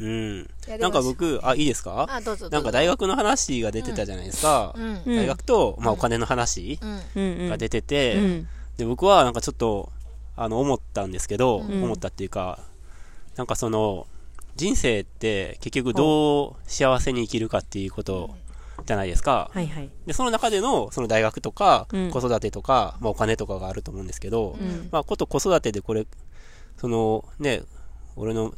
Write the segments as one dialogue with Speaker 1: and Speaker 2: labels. Speaker 1: うん。
Speaker 2: いやで
Speaker 1: な
Speaker 2: も
Speaker 1: んか僕、あ、いいですか
Speaker 2: あどうぞどうぞ
Speaker 1: なんか大学の話が出てたじゃないですか。
Speaker 2: うん
Speaker 1: 大学と、まあお金の話
Speaker 2: うん
Speaker 3: うんうん
Speaker 1: が出て
Speaker 3: う
Speaker 1: て、
Speaker 3: ん
Speaker 1: で、僕はなんかちょっと、あの、思ったんですけど、
Speaker 3: ん
Speaker 1: 思ったっていうか、なんかその、人生って結局どう幸せに生きるかっていうことじゃないですか。
Speaker 3: はいはい
Speaker 1: で、その中での、その大学とか
Speaker 3: うん、
Speaker 1: 子育てとか、まあお金とかがあると思うんですけど、
Speaker 3: うん
Speaker 1: まあ、こと子育てでこれ、そのね、俺の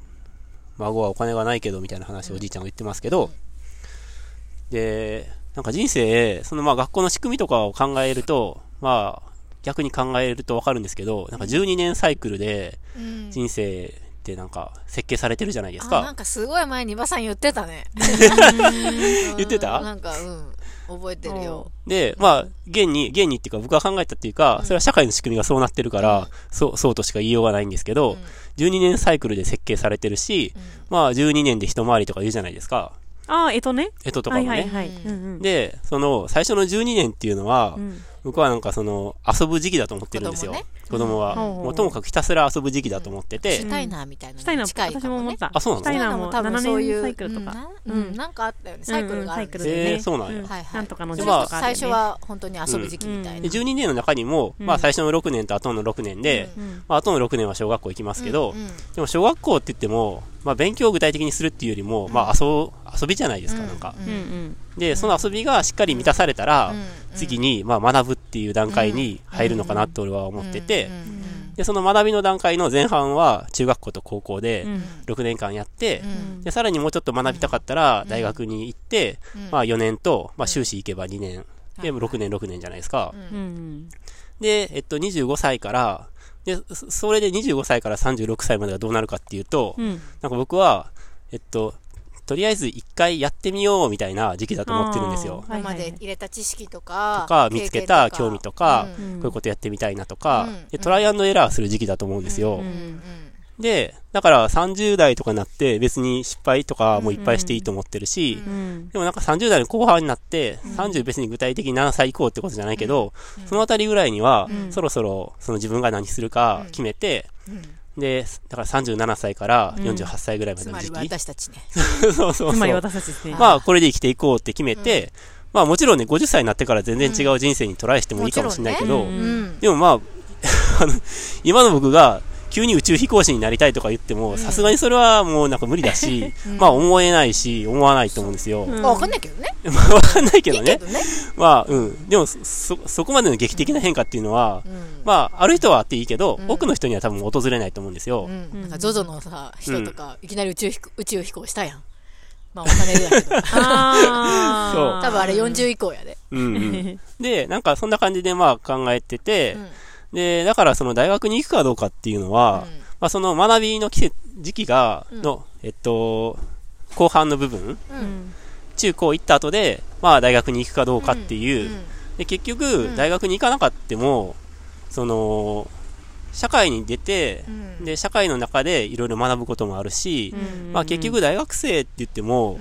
Speaker 1: 孫はお金がないけどみたいな話をおじいちゃんは言ってますけど、で、なんか人生、そのまあ学校の仕組みとかを考えると、まあ、逆に考えるとわかるんですけど、なんか12年サイクルで
Speaker 2: うん
Speaker 1: 人生ってなんか設計されてるじゃないです
Speaker 2: あなん
Speaker 1: か。
Speaker 2: かすごい前にばさん言ってたね
Speaker 1: 言ってた
Speaker 2: うんなんかうん覚えてるよ
Speaker 1: で、まあ、現に、現にっていうか僕が考えたっていうか、それは社会の仕組みがそうなってるから、そう、そうとしか言いようがないんですけど、12年サイクルで設計されてるし、まあ12年で一回りとか言うじゃないですか。
Speaker 3: ああえとね
Speaker 1: えととか
Speaker 3: は
Speaker 1: も
Speaker 3: い
Speaker 1: ね。
Speaker 3: はいはいうん
Speaker 1: で、その、最初の12年っていうのは、
Speaker 3: うん
Speaker 1: 僕はなんかその、遊ぶ時期だと思ってるんですよ。
Speaker 2: 子供ね
Speaker 1: 子供は。
Speaker 3: うん
Speaker 1: もうともかくひたすら遊ぶ時期だと思ってて、
Speaker 2: したいなみたいな
Speaker 3: したいな
Speaker 2: 近い
Speaker 3: 私
Speaker 2: か
Speaker 3: も
Speaker 2: も
Speaker 3: 思っ
Speaker 2: ね
Speaker 3: た
Speaker 1: あそうなの
Speaker 3: したいなも
Speaker 2: 多分
Speaker 3: 7
Speaker 2: そういう
Speaker 3: 年サイクルとか
Speaker 2: うんなうんなんかあったよねサイクルがあるんですよ
Speaker 1: うんうんサイクルでねえーそうなんや
Speaker 2: はいはい
Speaker 3: なんとかの
Speaker 2: そ
Speaker 1: で
Speaker 2: れ
Speaker 3: 時期と
Speaker 1: ま
Speaker 2: こ
Speaker 1: あ
Speaker 2: そ
Speaker 3: かあるよね
Speaker 2: 最初は本当に遊ぶ時期みたい
Speaker 1: で
Speaker 2: な
Speaker 1: 12年の中にも、
Speaker 3: うん
Speaker 1: まあ最初の6年と後の6年で、
Speaker 3: うん
Speaker 1: まあ後の6年は小学校行きますけど、
Speaker 2: うんうん
Speaker 1: でも小学校って言っても、まあ勉強を具体的にするっていうよりも、まあ遊、遊びじゃないですか、なんか。
Speaker 3: うんうん
Speaker 1: で、その遊びがしっかり満たされたら、
Speaker 2: うんうん
Speaker 1: 次に、まあ学ぶっていう段階に入るのかなって俺は思ってて、
Speaker 2: うんうん
Speaker 1: で、その学びの段階の前半は中学校と高校
Speaker 3: う
Speaker 1: で
Speaker 3: ん
Speaker 1: 6年間やって、
Speaker 2: うん
Speaker 1: で、さらにもうちょっと学びたかったら大学に行って、
Speaker 2: うん
Speaker 1: まあ4年と、まあ修士行けば2年、
Speaker 2: はい
Speaker 1: で、6年6年じゃないですか。
Speaker 3: うんうん
Speaker 1: で、えっと、25歳から、で、そそれで25歳から36歳までがどうなるかっていうと、
Speaker 3: うん
Speaker 1: なんか僕は、えっと、とりあえず一回やってみようみたいな時期だと思ってるんですよ。
Speaker 2: 今
Speaker 3: はいは
Speaker 2: ま
Speaker 3: いはい
Speaker 2: で入れた知識とか
Speaker 1: とか見つけた興味とか
Speaker 2: うん
Speaker 1: こういうことやってみたいなとか、
Speaker 2: うん
Speaker 1: でトライアンドエラーする時期だと思うんですよ。
Speaker 3: うん
Speaker 2: うん
Speaker 1: で、だから30代とかになって別に失敗とかもいっぱいしていいと思ってるし、
Speaker 3: うん
Speaker 1: でもなんか30代の後半になって、30別に具体的に何歳以降ってことじゃないけど、そのあたりぐらいには、そろそろその自分が何するか決めて、で、だから37歳から48歳ぐらいまで
Speaker 2: つ
Speaker 1: の
Speaker 2: まり
Speaker 1: 時期。
Speaker 2: 私たちね
Speaker 1: そうそう
Speaker 3: つまり
Speaker 1: そう。
Speaker 3: 私たちですね
Speaker 1: まあこれで生きていこうって決めて、まあもちろんね、50歳になってから全然違う人生にトライしてもいいかもしれないけど、
Speaker 3: うん
Speaker 2: うん
Speaker 1: でもまあ、 あの、今の僕が、急に宇宙飛行士になりたいとか言っても、さすがにそれはもうなんか無理だ し、まあ思えないし、思わないと思うんです よ。
Speaker 3: ん
Speaker 2: まあわかんないけどね
Speaker 1: まあわかんないけ
Speaker 2: い
Speaker 1: ど
Speaker 2: いけ
Speaker 1: ね
Speaker 2: ど。ね
Speaker 1: まあ、うん。でも、そ、そそこまでの劇的な変化っていうのは、
Speaker 2: うん
Speaker 1: まあ、ある人はあっていいけど、多くの人には多分訪れないと思うんですよ
Speaker 2: う。んなんか ZOZO のさ人とかいきなり宇宙飛行宇宙飛行したやんまあお金だけ ど
Speaker 3: あー
Speaker 1: そう
Speaker 2: 多分あれ40以降やで
Speaker 1: うん、 うん。で、なんかそんな感じでまあ考えてて、
Speaker 2: うん
Speaker 1: で、だからその大学に行くかどうかっていうのは、
Speaker 2: うん
Speaker 1: まあその学びの季節、時期が、の、えっと、後半の部分、
Speaker 3: うん
Speaker 1: 中高行った後で、まあ大学に行くかどうかっていう。
Speaker 2: うん
Speaker 1: で、結局、大学に行かなかっても、その、社会に出て、
Speaker 2: うん
Speaker 1: で、社会の中でいろいろ学ぶこともあるし、
Speaker 3: うん
Speaker 1: まあ結局大学生って言っても、
Speaker 2: うん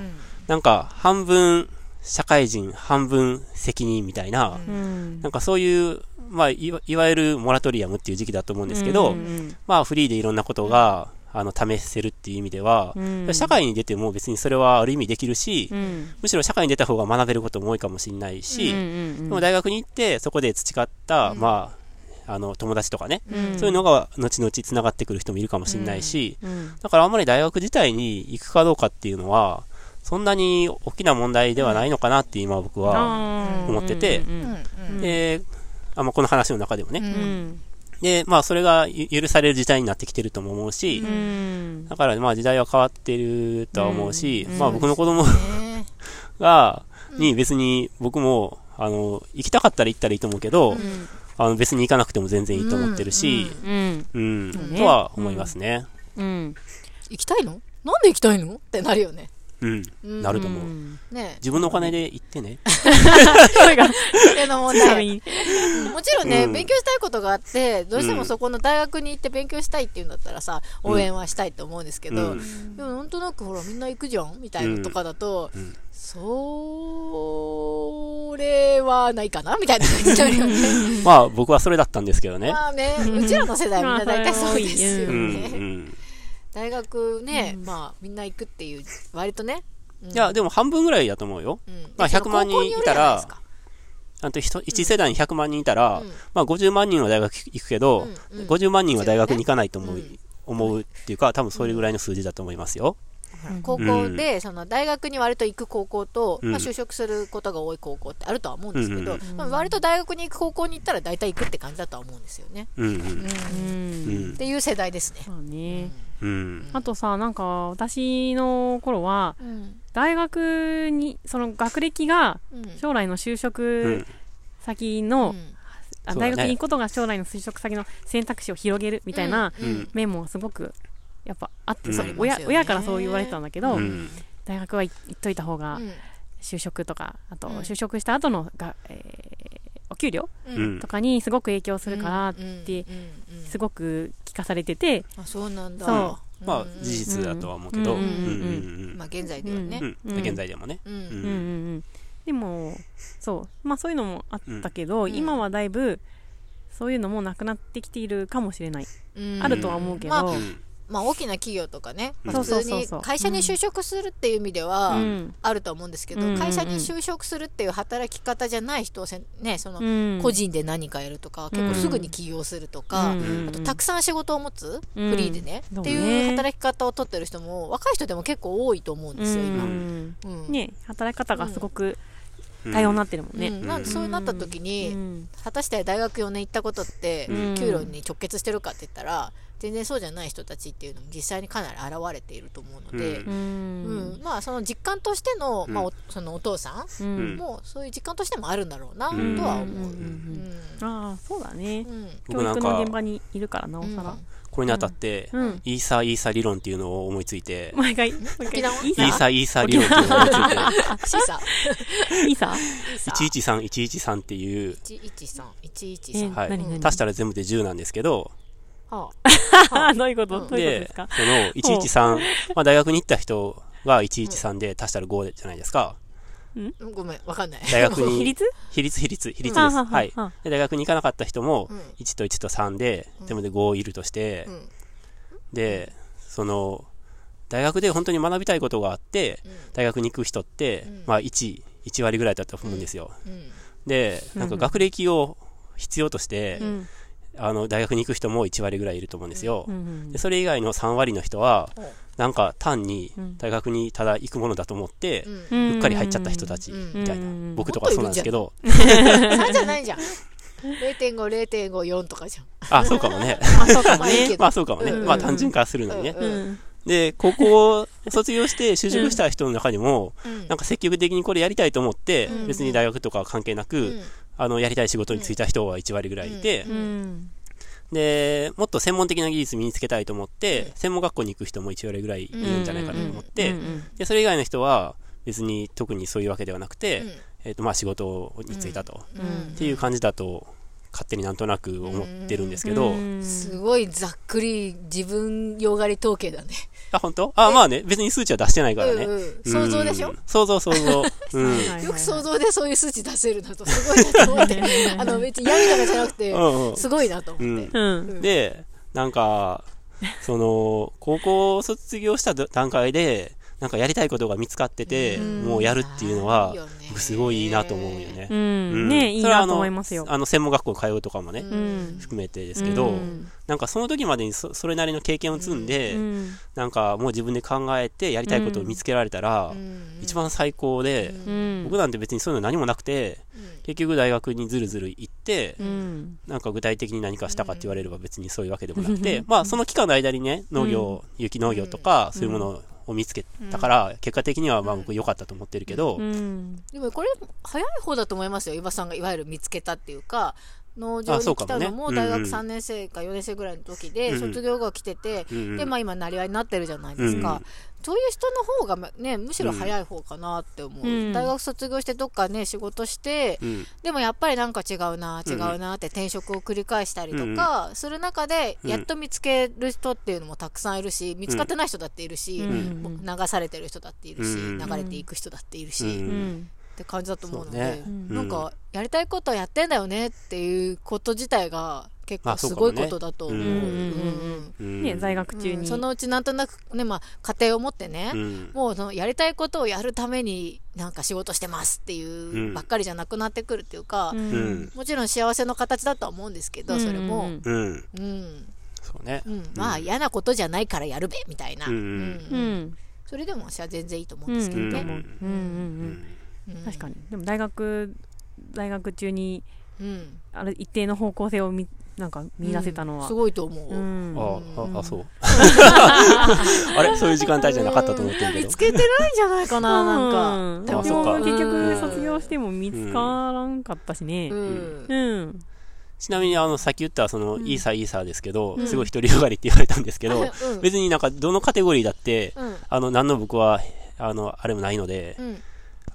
Speaker 1: なんか半分社会人、半分責任みたいな、
Speaker 3: うん
Speaker 1: なんかそういう、まあいわ、いわゆるモラトリアムっていう時期だと思うんですけど、
Speaker 3: うん
Speaker 1: まあフリーでいろんなことが、あの、試せるっていう意味では、
Speaker 3: うん
Speaker 1: 社会に出ても別にそれはある意味できるし、
Speaker 3: うん
Speaker 1: むしろ社会に出た方が学べることも多いかもしれないし、
Speaker 3: うんうん
Speaker 1: でも大学に行ってそこで培った、まあ、あの、友達とかね、
Speaker 3: うん
Speaker 1: そういうのが後々繋がってくる人もいるかもしれないし、
Speaker 3: うん
Speaker 1: だからあんまり大学自体に行くかどうかっていうのは、そんなに大きな問題ではないのかなって今僕は
Speaker 3: あー
Speaker 1: 思ってて
Speaker 3: うん
Speaker 2: うんうん
Speaker 1: で、あまあ、この話の中でもね。
Speaker 3: うん
Speaker 1: で、まあそれがゆ許される時代になってきてるとも思うし、
Speaker 3: うんうん
Speaker 1: だからまあ時代は変わってるとは思うし、まあ僕の子供
Speaker 2: ね
Speaker 1: が、に別に僕も、あの、行きたかったら行ったらいいと思うけど、あの別に行かなくても全然いいと思ってるし、
Speaker 3: うん
Speaker 1: うん、
Speaker 3: ね
Speaker 1: とは思いますね。
Speaker 3: うん
Speaker 2: 行きたいのなんで行きたいのってなるよね
Speaker 1: うん、なると思う。
Speaker 2: ね
Speaker 1: 自分のお金で行ってね。
Speaker 3: それが
Speaker 2: それの問
Speaker 3: ちな
Speaker 2: 題
Speaker 3: みに
Speaker 2: もちろんね、
Speaker 1: うん
Speaker 2: 勉強したいことがあって、どうして
Speaker 1: う
Speaker 2: も
Speaker 1: ん
Speaker 2: そこの大学に行って勉強したいっていうんだったらさ、応援はしたいと思うんですけど、
Speaker 1: うん
Speaker 2: でもなんとなくほら、みんな行くじゃんみたいなのとかだと、それはないかなみたいな感じになるよね。
Speaker 1: まあ 僕はそれだったんですけどね。
Speaker 2: まあね、うちらの世代みんな大体そうですよ
Speaker 1: う
Speaker 2: ね。
Speaker 1: ん、うん。
Speaker 2: 大学ね、
Speaker 3: うん
Speaker 2: まあみんな行くっていう割とね、うん
Speaker 1: いや、でも半分ぐらいだと思うよ。
Speaker 2: うん
Speaker 1: まあ
Speaker 2: でその
Speaker 1: 100万人いたら
Speaker 2: 高校
Speaker 1: あと1世代に100万人いたら、
Speaker 2: によるじ
Speaker 1: まあ50万人は大学行くけど、
Speaker 2: うんうん
Speaker 1: 50万人は大学に行かないと思う,、
Speaker 2: うん
Speaker 1: 思うっていうか、多分それぐらいの数字だと思いますよ。
Speaker 2: ゃないですか高校でその大学に割と行く高校と、
Speaker 1: うん
Speaker 2: まあ、就職することが多い高校ってあるとは思うんですけど、
Speaker 1: うん
Speaker 3: うん
Speaker 2: まあ割と大学に行く高校に行ったら大体行くって感じだとは思うんですよね、
Speaker 1: うん、
Speaker 2: うんっ
Speaker 3: う
Speaker 1: うん
Speaker 3: ん。
Speaker 2: ていう世代ですね、
Speaker 3: そうね。
Speaker 1: うん、うん、
Speaker 3: あとさ、なんか私の頃は、
Speaker 2: うん
Speaker 3: 大学に、その学歴が
Speaker 2: うん
Speaker 3: 将来の就職先
Speaker 2: う
Speaker 3: の、
Speaker 2: ん
Speaker 3: あ
Speaker 1: そうだ
Speaker 3: 大
Speaker 1: ね
Speaker 3: 学に行くことが将来の就職先の選択肢を広げるみたいな
Speaker 1: うんうん
Speaker 3: 面もすごくやっぱあって、
Speaker 1: うん
Speaker 3: そう
Speaker 1: あり
Speaker 2: ますよ
Speaker 3: 親
Speaker 2: ね
Speaker 3: 親からそう言われてたんだけど、
Speaker 1: うん
Speaker 3: 大学は行行っといた方が
Speaker 2: うん
Speaker 3: 就職とかあと
Speaker 2: うん
Speaker 3: 就職した後のが、えーお給料
Speaker 2: う
Speaker 1: うんん
Speaker 3: とかにすごく影響するからっ
Speaker 2: う
Speaker 3: て
Speaker 2: んうんうん
Speaker 3: すごく聞かされてて、
Speaker 2: あそうなんだ
Speaker 3: そ
Speaker 1: まあ事
Speaker 2: 実
Speaker 1: 実だとは思うけど、う
Speaker 3: う
Speaker 1: んん
Speaker 3: う
Speaker 1: う
Speaker 3: んうんん
Speaker 1: うん
Speaker 2: まあ現在ではね
Speaker 1: うん
Speaker 3: うん
Speaker 1: 現在でもね。
Speaker 2: うん
Speaker 1: う
Speaker 3: うん
Speaker 1: ん
Speaker 3: うんうん、でもそうまあそういうのもあったけど、
Speaker 2: うん
Speaker 3: 今はだいぶそういうのもなくなってきているかもしれない、
Speaker 2: うん
Speaker 3: あるとは思うけど、
Speaker 2: まあ
Speaker 1: うん
Speaker 2: まあ大きな企業とかね、まあ
Speaker 3: そうそ
Speaker 2: 普
Speaker 3: う
Speaker 2: 通
Speaker 3: そう
Speaker 2: に
Speaker 3: そう
Speaker 2: 会社に就職するっていう意味では
Speaker 3: うん
Speaker 2: あると思うんですけど、
Speaker 3: うん
Speaker 2: 会社に就職するっていう働き方じゃない人をせんねその
Speaker 3: うん
Speaker 2: 個人で何かやるとか、結構すぐに起業するとか、
Speaker 3: うん
Speaker 2: あとたくさん仕事を持つ、
Speaker 3: うん
Speaker 2: フリーでね、
Speaker 3: そ
Speaker 2: っ
Speaker 3: う
Speaker 2: て
Speaker 3: ね
Speaker 2: いう働き方を取ってる人も若い人でも結構多いと思うんですよ、
Speaker 3: う
Speaker 2: 今。
Speaker 3: ん
Speaker 2: うん
Speaker 3: ね働き方がすごく
Speaker 1: うん
Speaker 3: 多様になってるもんね。
Speaker 2: うんなんでそうなった時に、
Speaker 3: うん
Speaker 2: 果たして大学4年行ったことって
Speaker 3: うん
Speaker 2: 給料に直結してるかって言ったら全然そうじゃない人たちっていうのも実際にかなり現れていると思うので、
Speaker 1: う
Speaker 3: う
Speaker 2: うん
Speaker 3: ん
Speaker 2: まあその実感としての,、
Speaker 1: うん
Speaker 2: まあ、おそのお父さ
Speaker 3: うんん
Speaker 2: もそういう実感としてもあるんだろうなと
Speaker 1: うん
Speaker 2: は思う。
Speaker 3: ん
Speaker 2: うん
Speaker 3: うん
Speaker 2: ん
Speaker 3: ああそうだね
Speaker 2: う。ん
Speaker 3: 教
Speaker 1: 僕なん
Speaker 3: 育の現
Speaker 1: か
Speaker 3: 場にいるからなおさら。
Speaker 1: これにあたって、
Speaker 3: うん。
Speaker 1: イーサーイーサー理論っていうのを思いついて、
Speaker 3: 毎回毎
Speaker 2: 沖
Speaker 3: 回
Speaker 2: 縄
Speaker 3: いい
Speaker 1: イー
Speaker 3: さ
Speaker 1: サーイーサー理論っていうのを思いつい て、
Speaker 2: シーサー
Speaker 3: いいさ。
Speaker 1: 113、113っていう、
Speaker 2: 113、
Speaker 3: え
Speaker 2: 113。
Speaker 1: はい
Speaker 3: 何何。
Speaker 1: 足したら全部で10なんですけど、
Speaker 2: は
Speaker 3: ああどういうこと
Speaker 2: うん
Speaker 3: どういうことですか。
Speaker 1: その113、まあ大学に行った人が113で足したら5じゃないですか。
Speaker 2: あごめん、わかんない。
Speaker 1: 大学
Speaker 3: 比
Speaker 1: に、
Speaker 3: 率？
Speaker 1: 比率、比率、比率
Speaker 3: あ
Speaker 1: で
Speaker 3: あ
Speaker 1: す。
Speaker 3: あ
Speaker 1: はい。
Speaker 3: あ
Speaker 1: で大学に行かなかった人も
Speaker 2: うん、
Speaker 1: 1と1と3で、全部で5いるとして
Speaker 2: う、ん
Speaker 1: で、その、大学で本当に学びたいことがあって、大学に行く人って、
Speaker 2: うん
Speaker 1: まあ1、1割ぐらいだったと思うんですよ。
Speaker 2: うん
Speaker 1: で、なんか学歴を必要として
Speaker 3: う、ん
Speaker 1: あの、大学に行く人も1割ぐらいいると思うんですよ
Speaker 3: う。ん
Speaker 1: でそれ以外の3割の人は
Speaker 2: うん、
Speaker 1: なんか単に
Speaker 3: うん
Speaker 1: 大学にただ行くものだと思って
Speaker 2: う、ん
Speaker 3: うん。
Speaker 1: うっかり入っちゃった人たち
Speaker 2: うん
Speaker 1: みたいな、
Speaker 3: うん
Speaker 1: 僕とかそうなんですけど、
Speaker 2: 3じゃないじゃん。0.5、0.5、4とかじゃん。
Speaker 1: あ、そうかも ね。
Speaker 3: あそうかも
Speaker 2: まあいいけ
Speaker 3: ね。
Speaker 2: ど
Speaker 1: まあそうかもね。
Speaker 2: うん
Speaker 1: まあ単純化するのにね
Speaker 2: う。ん
Speaker 3: うん
Speaker 1: で、高校を卒業して就職した人の中にも、
Speaker 2: うん
Speaker 1: なんか積極的にこれやりたいと思って、
Speaker 2: うん
Speaker 1: 別に大学とかは関係なく、
Speaker 2: うん
Speaker 1: あの、やりたい仕事に就いた人は1割ぐらいいて、
Speaker 3: うん
Speaker 1: で、もっと専門的な技術身につけたいと思って、専門学校に行く人も1割ぐらいいるんじゃないかなと思って、
Speaker 3: うんうん
Speaker 1: で、それ以外の人は別に特にそういうわけではなくて、
Speaker 2: うん
Speaker 1: えっ、と、まあ仕事に就いたと。
Speaker 2: うん
Speaker 1: っていう感じだと勝手になんとなく思ってるんですけど、
Speaker 3: うん
Speaker 2: すごいざっくり自分よがり統計だね。
Speaker 1: あ本当あまあね別に数値は出してないからね、
Speaker 2: うんうん想像でしょ、
Speaker 1: うん想像想像うん
Speaker 3: はいはい
Speaker 2: よく想像でそういう数値出せるなと、すごいなと思って。あの、別に闇とかじゃなくて
Speaker 1: う、んうん
Speaker 2: すごいなと思って。
Speaker 3: うん
Speaker 1: でなんかその高校を卒業した段階でなんかやりたいことが見つかってて、
Speaker 3: うん
Speaker 1: もうやるっていうのは僕すごいいいなと思うよね、
Speaker 3: う
Speaker 1: うん
Speaker 3: んねいい
Speaker 1: それは
Speaker 3: な
Speaker 1: あの
Speaker 3: と思いますよ。
Speaker 1: あの専門学校通うとかもね、
Speaker 2: うん
Speaker 3: うん
Speaker 1: 含めてですけど、
Speaker 3: うん
Speaker 1: なんかその時までにそそれなりの経験を積んで、
Speaker 3: うん
Speaker 1: なんかもう自分で考えてやりたいことを見つけられたら、一番最高で、
Speaker 3: うん
Speaker 1: 僕なんて別にそういうの何もなくて、結局大学にずるずる行って、
Speaker 3: うん
Speaker 1: なんか具体的に何かしたかって言われれば別にそういうわけでもなくて、まあその期間の間にね、農業、有機農業とか、そういうものを見つけたから、結果的にはまあ僕良かったと思ってるけど、
Speaker 3: うん
Speaker 2: でもこれ、早い方だと思いますよ。岩さんがいわゆる見つけたっていうか、農場に来たのも
Speaker 1: あそうかもね
Speaker 2: 大
Speaker 1: うん
Speaker 2: 学
Speaker 1: うん
Speaker 2: 3年生か4年生ぐらいの時で、
Speaker 1: うん
Speaker 2: 卒業後来てて、
Speaker 1: うんうん
Speaker 2: で、まあ今、なりわいになってるじゃないです
Speaker 1: うんう
Speaker 2: か
Speaker 1: ん。
Speaker 2: そういう人の方がまね、むしろ早い方かなって思
Speaker 3: う
Speaker 2: う。
Speaker 3: ん
Speaker 2: 大学卒業してどっかね、仕事して
Speaker 1: う、ん
Speaker 2: でもやっぱりなんか違うな違うなって転職を繰り返したりとか、する中でやっと見つける人っていうのもたくさんいるし見つかってない人だっているし、
Speaker 3: ん
Speaker 2: もう流されてる人だっているし、
Speaker 1: うん
Speaker 2: 流れていく人だっているし、
Speaker 1: う
Speaker 2: っ
Speaker 1: ん
Speaker 2: て感じだと思うので
Speaker 1: そうね
Speaker 2: なんかやりたいことはやってんだよねっていうこと自体が結構
Speaker 1: あそう
Speaker 2: す
Speaker 1: か
Speaker 2: ご
Speaker 1: も
Speaker 2: い
Speaker 1: ね
Speaker 2: ことだと思う
Speaker 1: うん
Speaker 3: うん
Speaker 2: う
Speaker 3: うん
Speaker 2: ん
Speaker 1: う
Speaker 3: うんんね、在学
Speaker 2: う
Speaker 3: 中
Speaker 2: ん
Speaker 3: に
Speaker 2: そのうちなんとなくねまあ家庭を持ってね、
Speaker 1: うん
Speaker 2: もうそのやりたいことをやるためになんか仕事してますっていううんばっかりじゃなくなってくるっていうか、
Speaker 3: う
Speaker 1: うんん
Speaker 2: もちろん幸せの形だとは思うんですけど、それも、うん
Speaker 1: うん
Speaker 2: うん
Speaker 1: そうね
Speaker 2: まあ嫌なことじゃないからやるべみたいな、
Speaker 1: うん
Speaker 3: うんうん
Speaker 2: それでも私は全然いいと思
Speaker 3: う
Speaker 2: うん
Speaker 3: ん
Speaker 2: です
Speaker 3: い
Speaker 2: けど
Speaker 3: いと
Speaker 2: ね、
Speaker 3: 思ううんう
Speaker 1: うんん
Speaker 2: うん
Speaker 3: うん確かにでも大学大学中に
Speaker 2: うん
Speaker 3: あれ一定の方向性をみなんか見出せたの
Speaker 2: うん
Speaker 3: は
Speaker 2: すごいと思う、
Speaker 3: うん
Speaker 1: あ
Speaker 2: うん
Speaker 1: ああそうあれそういう時間帯じゃなかったと思ってるけ
Speaker 2: 見
Speaker 1: ど
Speaker 2: つけてないんじゃないかな、なんか。
Speaker 3: うん
Speaker 1: でも
Speaker 3: で
Speaker 1: そっか
Speaker 3: も結
Speaker 2: う
Speaker 3: 局
Speaker 2: ん
Speaker 3: 卒業しても見つからんかったしね
Speaker 2: う
Speaker 1: うん
Speaker 2: ん
Speaker 3: う。ん
Speaker 1: ちなみにあのさっき言ったその
Speaker 3: ん
Speaker 1: イーサーイーサーですけど
Speaker 2: うん
Speaker 1: すごい独りよがりって言われたんですけ
Speaker 2: う
Speaker 1: ど
Speaker 2: ん
Speaker 1: 別になんかどのカテゴリーだって
Speaker 2: うん。
Speaker 1: あの何の僕はあのあれもないので
Speaker 2: うん。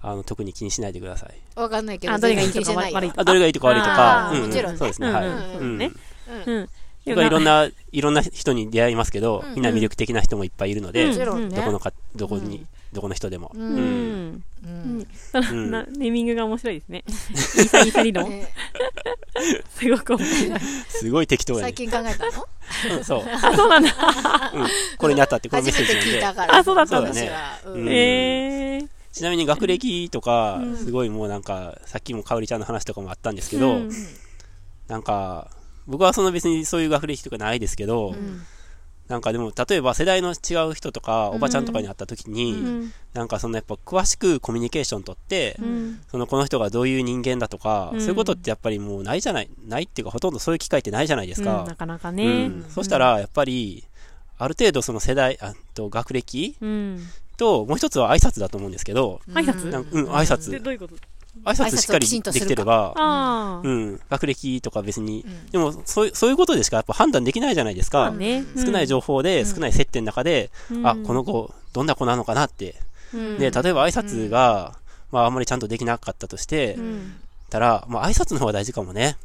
Speaker 1: あの特に気にしないでください
Speaker 2: わかんないけど、
Speaker 3: あどれがいい
Speaker 2: 全
Speaker 3: と
Speaker 2: 然
Speaker 3: か
Speaker 2: 気にしない
Speaker 3: 悪い
Speaker 2: よ
Speaker 3: とか
Speaker 1: あどれがいいとか悪いとか
Speaker 2: あ
Speaker 1: う
Speaker 2: ー
Speaker 1: んうん
Speaker 2: もちろんね
Speaker 1: そうですねはい
Speaker 2: うんうん
Speaker 1: う
Speaker 3: ね
Speaker 1: ん
Speaker 2: う
Speaker 3: うんん
Speaker 1: 僕はいろんないろんな人に出会いますけど
Speaker 2: うん
Speaker 1: みんな魅力的な人もいっぱいいるので
Speaker 2: もちろんね。
Speaker 1: どこのかどこ
Speaker 2: う
Speaker 1: に
Speaker 2: ん
Speaker 1: どこの人でも
Speaker 2: う。
Speaker 3: うんん
Speaker 2: う
Speaker 3: うん
Speaker 2: ん。
Speaker 3: その
Speaker 1: うん
Speaker 3: なネーミングが面白いですねイーサイーサ理論
Speaker 2: ね
Speaker 3: すごく面白い
Speaker 1: すごい適当や
Speaker 2: 最
Speaker 1: ね
Speaker 2: 近考 えたの
Speaker 1: うんそう
Speaker 3: あそうなんだ
Speaker 1: これにあったってこのメ
Speaker 2: 初
Speaker 1: ッ
Speaker 2: め
Speaker 1: セージ
Speaker 2: て
Speaker 1: なんで
Speaker 2: 聞いたから。
Speaker 3: あそうだった
Speaker 1: んだ
Speaker 2: 私は
Speaker 1: う
Speaker 2: うんん。
Speaker 3: えー
Speaker 1: ちなみに学歴とか
Speaker 3: うん
Speaker 1: すごいもうなんかさっきもかおりちゃんの話とかもあったんですけ
Speaker 3: う
Speaker 1: ど
Speaker 3: ん
Speaker 1: なんか僕はその別にそういう学歴とかないですけど
Speaker 2: うん
Speaker 1: なんかでも例えば世代の違う人とか
Speaker 2: うん
Speaker 1: おばちゃんとかに会った時
Speaker 3: う
Speaker 1: に
Speaker 3: ん
Speaker 1: なんかそのやっぱ詳しくコミュニケーション取って
Speaker 3: うん
Speaker 1: そのこの人がどういう人間だとか
Speaker 3: うん
Speaker 1: そういうことってやっぱりもうないじゃないないっていうかほとんどそういう機会ってないじゃないです
Speaker 3: うんな
Speaker 1: か
Speaker 3: かなか
Speaker 1: う
Speaker 3: ね
Speaker 1: んそしたらやっぱりある程度その世代あと学歴
Speaker 3: うん
Speaker 1: ともう一つは挨拶だと思うんですけど
Speaker 3: 挨拶
Speaker 1: なんかうん挨拶
Speaker 3: でどういうこと
Speaker 1: 挨拶しっかりできてれば
Speaker 3: ああ
Speaker 1: うん、学歴とか別に
Speaker 2: う、ん
Speaker 1: でもそういうそういうことでしかやっぱ判断できないじゃないですか、
Speaker 3: ね
Speaker 1: 少ない情報で、
Speaker 2: うん
Speaker 1: 少ない接点の中で、
Speaker 3: うん
Speaker 1: あこの子、どんな子なのかなって、
Speaker 3: うん
Speaker 1: で例えば挨拶が、まあ、あんまりちゃんとできなかったとして、
Speaker 3: うん
Speaker 1: たら、まあ、挨拶の方が大事かもね、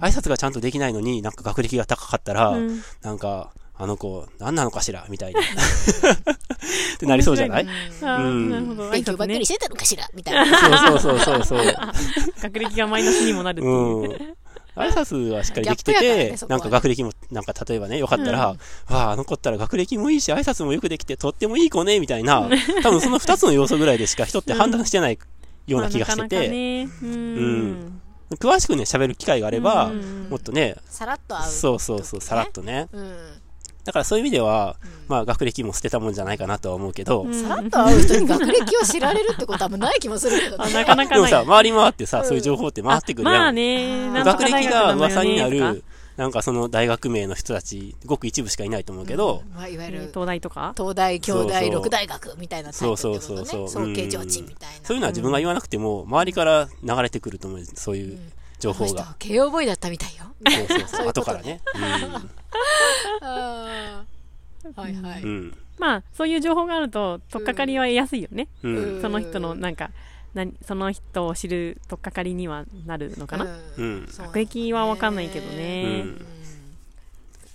Speaker 1: 挨拶がちゃんとできないのに、なんか学歴が高かったら、
Speaker 3: うん
Speaker 1: なんか、あの子、何なのかしらみ たいな、ってなりそうじゃない
Speaker 3: あ
Speaker 1: うん
Speaker 3: ーなるほど挨
Speaker 2: 勉強ば
Speaker 3: 拶
Speaker 2: っか
Speaker 3: ね
Speaker 2: りしてたのかしらみたいな。
Speaker 1: そうそうそうそうそう。
Speaker 3: 学歴がマイナスにもなるっていう
Speaker 1: うん。挨拶はしっかりできて
Speaker 2: ギャップやから
Speaker 1: て、
Speaker 2: ねそこ
Speaker 1: な
Speaker 2: は
Speaker 1: ん
Speaker 2: ね
Speaker 1: か学歴も、なんか例えばね、よかったら、
Speaker 2: う
Speaker 1: わあ、あの子ったら学歴もいいし、挨拶もよくできて、とってもいい子ね、みたいな、多分その二つの要素ぐらいでしか人って判断してないような気がして
Speaker 3: まあなかなか
Speaker 1: て、
Speaker 3: ねう
Speaker 1: うん
Speaker 3: ん
Speaker 1: 詳しくね、喋る機会があれば、
Speaker 3: うん
Speaker 1: もっとね、
Speaker 2: さらっと会う。
Speaker 1: そうそうそう、さらっとね。
Speaker 2: うん。
Speaker 1: だからそういう意味では、
Speaker 2: うん
Speaker 1: まあ学歴も捨てたもんじゃないかなとは思うけど、
Speaker 3: うん
Speaker 2: さらっと会う人に学歴を知られるってことはあんまない気もするけ ど
Speaker 3: あ
Speaker 2: ね。
Speaker 3: なかな
Speaker 1: で
Speaker 3: か
Speaker 1: も
Speaker 3: ない
Speaker 1: さ、回り回ってさ、
Speaker 2: うん
Speaker 1: そういう情報って回ってくるやん。
Speaker 3: まあねなんと
Speaker 1: 学
Speaker 3: か
Speaker 1: 歴
Speaker 3: 大学な
Speaker 1: が
Speaker 3: のよね
Speaker 1: 噂にな
Speaker 3: とか
Speaker 1: る、なんかその大学名の人たち、ごく一部しかいないと思うけど、
Speaker 2: うん、まあ、いわゆ
Speaker 3: えー
Speaker 2: る
Speaker 3: 東大とか
Speaker 2: 東大京
Speaker 1: そうそ
Speaker 2: 大
Speaker 1: う
Speaker 2: 六大学みたいなタイプってことね
Speaker 1: そうそうそうそう
Speaker 2: 総計上智みたいな、
Speaker 1: そういうのは自分が言わなくても、周りから流れてくると思う、そういう情報
Speaker 2: この人
Speaker 1: が。
Speaker 2: 慶応ボーイだったみたいよ
Speaker 1: そうそう
Speaker 2: そう
Speaker 1: そ。
Speaker 2: いううこと
Speaker 1: 後からね。
Speaker 2: あーはいは
Speaker 1: う
Speaker 2: い、
Speaker 1: ん。
Speaker 3: まあそういう情報があると取っかかりは得やすいよね
Speaker 1: うん。
Speaker 2: うん
Speaker 3: その人のなんか何その人を知る取っかかりにはなるのかな
Speaker 1: うんん。
Speaker 2: そうなんだ
Speaker 3: 学
Speaker 2: ね
Speaker 3: 歴は分かんないけど
Speaker 1: う
Speaker 3: ね
Speaker 1: ん
Speaker 2: うん。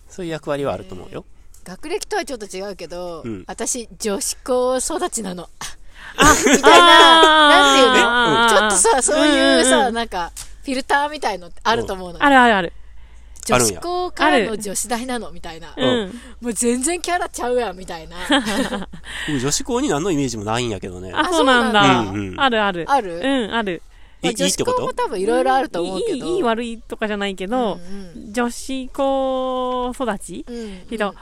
Speaker 1: そういう役割はあると思うよ。
Speaker 2: 学歴とはちょっと違うけど、
Speaker 1: うん
Speaker 2: 私女子校育ちなの
Speaker 3: み
Speaker 2: たいななんていうのちょっとさそういうさ、
Speaker 3: ん
Speaker 2: なんかフィルターみたいのってあると思うの、
Speaker 3: あるあるある
Speaker 1: あ
Speaker 2: 女
Speaker 1: るん
Speaker 2: 子
Speaker 1: や
Speaker 2: 校から
Speaker 3: あ
Speaker 2: の
Speaker 3: る
Speaker 2: 女子大なのみたいな
Speaker 1: う
Speaker 3: うんん
Speaker 2: もう全然キャラちゃうやんみたいな
Speaker 1: 僕女子校に何のイメージもないんやけどね。
Speaker 3: あそうなんだ
Speaker 1: うんうん
Speaker 3: あるある
Speaker 2: ある
Speaker 3: うんある
Speaker 1: い
Speaker 2: ま
Speaker 1: い
Speaker 2: あ女
Speaker 1: いっ
Speaker 2: 子
Speaker 1: てこ
Speaker 2: 校も
Speaker 1: と
Speaker 2: 多分いろいろあると思うけど
Speaker 3: いいいい悪いとかじゃないけど女子校育ち
Speaker 2: うんうん
Speaker 3: けど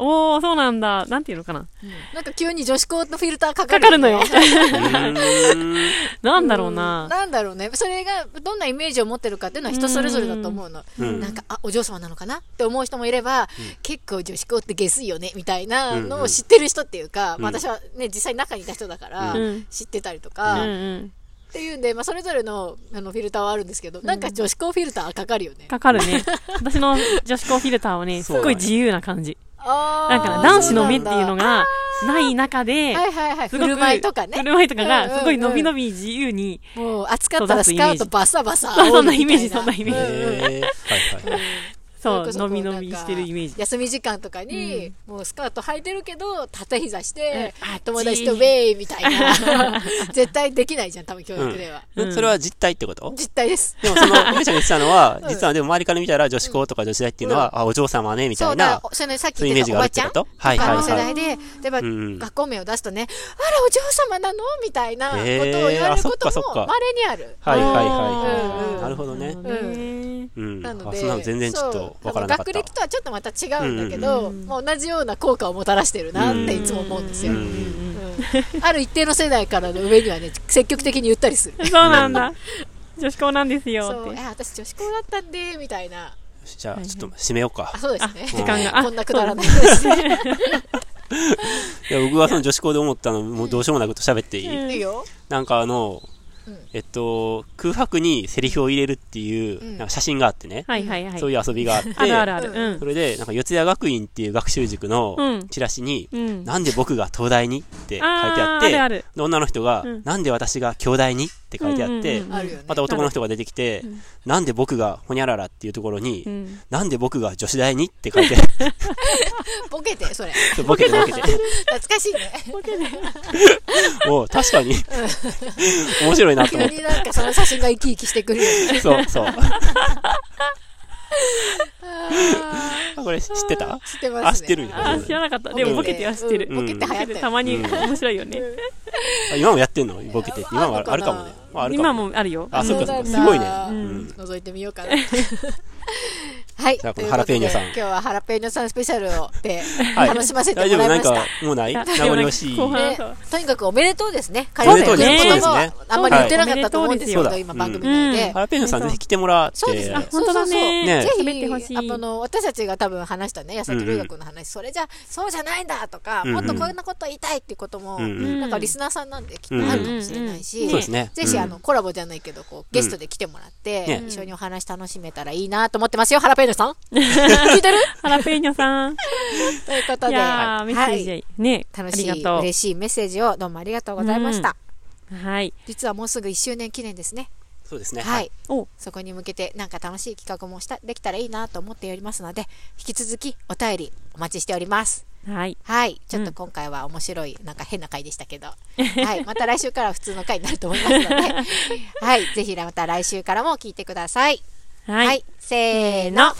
Speaker 3: おおそうなんだなんていうのかな
Speaker 2: うんなんか急に女子校のフィルターかか
Speaker 3: か
Speaker 2: る
Speaker 3: かるの
Speaker 1: う
Speaker 3: よ
Speaker 1: ーん
Speaker 3: なんだろう
Speaker 2: うん
Speaker 3: な
Speaker 2: なんだろうねそれがどんなイメージを持ってるかっていうのは人それぞれだと思うの、
Speaker 1: うん
Speaker 2: なんかあお嬢様なのかなって思う人もいれば、結構女子校って下水よねみたいなのを知ってる人っていうか、
Speaker 1: ん
Speaker 2: まあ私はね実際中にいた人だから、
Speaker 3: うん
Speaker 2: 知ってたりと
Speaker 3: う
Speaker 2: か、
Speaker 3: ん
Speaker 2: っ
Speaker 3: うん
Speaker 2: ていうんで、まあ、それぞれのあのフィルターはあるんですけど、なんか女子校フィルターかかるよね
Speaker 3: かかるね私の女子校フィルターはねす
Speaker 1: そうだね
Speaker 3: ごい自由な感じ
Speaker 2: あー
Speaker 3: なんかな男子の目っていう
Speaker 2: そなん
Speaker 3: の
Speaker 2: だ
Speaker 3: がない中で
Speaker 2: はいはいはい振
Speaker 3: すごく
Speaker 2: る舞いとかね
Speaker 3: 振る舞いとか
Speaker 2: うんうん
Speaker 3: が
Speaker 2: うん
Speaker 3: すごい伸び伸び自由に
Speaker 2: もう暑かったらスカートバサバサ
Speaker 3: そうそんなイメージそんなイメージ
Speaker 1: へーはいはい。
Speaker 2: れ
Speaker 3: そう
Speaker 2: こそこ
Speaker 3: のび
Speaker 2: なん
Speaker 3: の
Speaker 2: か
Speaker 3: びしてるイメージ
Speaker 2: 休み時間とかに、もうスカート履いてるけど縦膝して、
Speaker 3: うんあ
Speaker 2: 友達とウ
Speaker 3: ちー
Speaker 2: ェーイみたい な絶対できないじゃん多分教育では、
Speaker 3: うん
Speaker 1: それは実態ってこと
Speaker 2: 実態です
Speaker 1: でも その、ゆめちゃんが言ってたのは
Speaker 2: う、ん
Speaker 1: 実はでも周りから見たら女子校とか女子大っていうのは、あ、お嬢様ね、みた
Speaker 2: そう
Speaker 1: いな
Speaker 2: だ、それさっき
Speaker 1: そういうイメ
Speaker 2: 言
Speaker 1: ー
Speaker 2: っ
Speaker 1: ジ
Speaker 2: てた
Speaker 1: が
Speaker 2: お
Speaker 1: ある
Speaker 2: ば
Speaker 1: っ
Speaker 2: ち
Speaker 1: てことはいはい
Speaker 2: ゃん他の世
Speaker 1: は
Speaker 2: 代で、例えば、
Speaker 1: うんうん
Speaker 2: 学校名を出すとね、あら、お嬢様なのみたいなことを
Speaker 1: へー
Speaker 2: 言われる
Speaker 1: あそ
Speaker 2: こ
Speaker 1: っかそっ
Speaker 2: と
Speaker 1: か
Speaker 2: もまれにある。
Speaker 1: はいはい
Speaker 2: うんう
Speaker 1: はい。
Speaker 2: んうん
Speaker 1: なるほどね。
Speaker 3: なるほどね
Speaker 1: うん。
Speaker 2: な
Speaker 1: あ、
Speaker 2: の
Speaker 1: そ
Speaker 2: で、
Speaker 1: んなの全然ちょっとわからなかった。
Speaker 2: そう学歴とはちょっとまた違うんだけ
Speaker 3: うん
Speaker 2: ど、
Speaker 3: うん
Speaker 2: もう同じような効果をもたらしてるなっていつも思うんですよ。
Speaker 1: う
Speaker 2: うんんある一定の世代からの上にはね、積極的に言ったりする。
Speaker 3: そうなんだ女子校なんですよ
Speaker 2: そう、
Speaker 3: っ
Speaker 2: い
Speaker 3: て
Speaker 2: や、私女子校だったんで、みたいな。
Speaker 1: じゃあ、ちょっと締めようか
Speaker 2: あ、。そうですね。
Speaker 1: 時間
Speaker 3: があ
Speaker 2: こんなくだらないですね。
Speaker 1: いや、僕はその女子校で思ったの、もうどうしようもなくと喋っていい
Speaker 3: うん
Speaker 2: いいよ。
Speaker 1: なんかあの
Speaker 2: うん、
Speaker 1: えっと、空白にセリフを入れるっていうう、
Speaker 2: ん
Speaker 1: なんか写真があってね、
Speaker 3: はいはいはい
Speaker 1: そういう遊びがあって、
Speaker 3: あるあるある
Speaker 1: それで、なんか四谷学院っていう学習塾
Speaker 3: う
Speaker 1: の
Speaker 3: ん
Speaker 1: チラシに、
Speaker 3: うんうん
Speaker 1: なんで僕が東大にって書いてあっ
Speaker 3: あーあるあ
Speaker 1: て、
Speaker 3: る
Speaker 1: で女の人が、
Speaker 3: うん
Speaker 1: なんで私が兄弟にって書いてあって、
Speaker 3: うんうんうん
Speaker 2: あるよね。
Speaker 1: また男の人が出てきて、
Speaker 3: うん
Speaker 1: なんで僕がほにゃららっていうところに、
Speaker 3: うん
Speaker 1: なんで僕が女子大にって書いて、
Speaker 2: ボケて、それ。
Speaker 1: ボケてボケて。
Speaker 2: 懐かしいね。
Speaker 1: もう確かに、面白いなと
Speaker 2: 急
Speaker 1: 思って。
Speaker 2: になんかその写真が生き生きしてくるよね。
Speaker 1: そうそう。
Speaker 2: あ
Speaker 1: あこれ知ってた
Speaker 2: ー知ってますね。
Speaker 1: あ知ってるんや
Speaker 3: あー知らなかったでもボケては知ってる
Speaker 2: うんボケて流行
Speaker 3: ボ
Speaker 2: っ
Speaker 3: ケ
Speaker 2: た
Speaker 3: て
Speaker 2: よ
Speaker 3: たまに
Speaker 1: うん
Speaker 3: 面白いよね
Speaker 1: あ今もやってんのボケてって。今も
Speaker 2: あ
Speaker 1: あ
Speaker 2: るのかな
Speaker 1: るかもね。まあ、あるか
Speaker 3: 今
Speaker 1: もね。
Speaker 3: もあるよ
Speaker 1: あそっかそっか
Speaker 2: そう
Speaker 1: す
Speaker 2: なんだ
Speaker 1: ごいね。う
Speaker 2: うん
Speaker 1: ん。
Speaker 2: 覗いてみよう かな。はい。
Speaker 1: じゃあこと
Speaker 2: い
Speaker 1: の
Speaker 2: う
Speaker 1: ハラペーニャさん
Speaker 2: ことで今日はハラペーニャさんスペシャルをで
Speaker 1: はい
Speaker 2: 楽しませて
Speaker 1: 大
Speaker 2: も
Speaker 1: 丈夫な
Speaker 2: らい
Speaker 1: ん
Speaker 2: ました
Speaker 1: か。、もうない
Speaker 3: あ
Speaker 1: 名
Speaker 3: で
Speaker 1: 残
Speaker 3: もなんか
Speaker 1: 惜しい。
Speaker 3: 後半
Speaker 2: で
Speaker 3: そう
Speaker 2: とにかくおめでとうですね。
Speaker 1: おめ
Speaker 3: でとうです
Speaker 2: 彼女
Speaker 1: ね
Speaker 2: のこともあんまり言ってなかったと思うんですけど、
Speaker 1: はい
Speaker 2: 今番組内で。
Speaker 3: うん
Speaker 1: ハラペーニョさんぜひ来てもらって。
Speaker 2: そうです
Speaker 3: あ
Speaker 2: ね。
Speaker 3: 本当だね
Speaker 2: そうそうそう
Speaker 3: ね喋ってほ
Speaker 2: ぜ
Speaker 3: し
Speaker 2: ひ、
Speaker 3: い
Speaker 2: あの、私たちが多分話したね、野菜と留学の話、それじゃ、そうじゃないんだとか、
Speaker 1: うんうん
Speaker 2: もっとこんなこと言いたいっていうことも、
Speaker 1: うん
Speaker 3: うん
Speaker 2: なんかリスナーさんなんできっとあるかもしれないし、
Speaker 3: うんうん
Speaker 1: そうですね
Speaker 2: ぜひ、
Speaker 1: うん
Speaker 2: あの、コラボじゃないけど、こう、ゲストで来てもらって、
Speaker 1: ね
Speaker 2: 一緒にお話楽しめたらいいなと思ってますよ、ハラペーニョ さん。聞いてる
Speaker 3: ハラペーニョさん
Speaker 2: ということ
Speaker 3: い
Speaker 2: で、
Speaker 3: やーメッセージ、
Speaker 2: はい
Speaker 3: ね
Speaker 2: 楽し
Speaker 3: あり
Speaker 2: い、
Speaker 3: がと
Speaker 2: 嬉しいメッセージをどうもありがとうございました。
Speaker 3: うはい
Speaker 2: 実はもうすぐ1周年記念ですね。
Speaker 1: そうですね。
Speaker 2: は。い。
Speaker 3: お
Speaker 2: そこに向けてなんか楽しい企画もしたできたらいいなと思っておりますので引き続きお便りお待ちしております
Speaker 3: はい
Speaker 2: はいちょっと今回は面白い、なんか変な回でしたけ どはいまた来週からは普通の回になると思います のではいぜひまた来週からも聞いてください
Speaker 3: はい
Speaker 2: せーの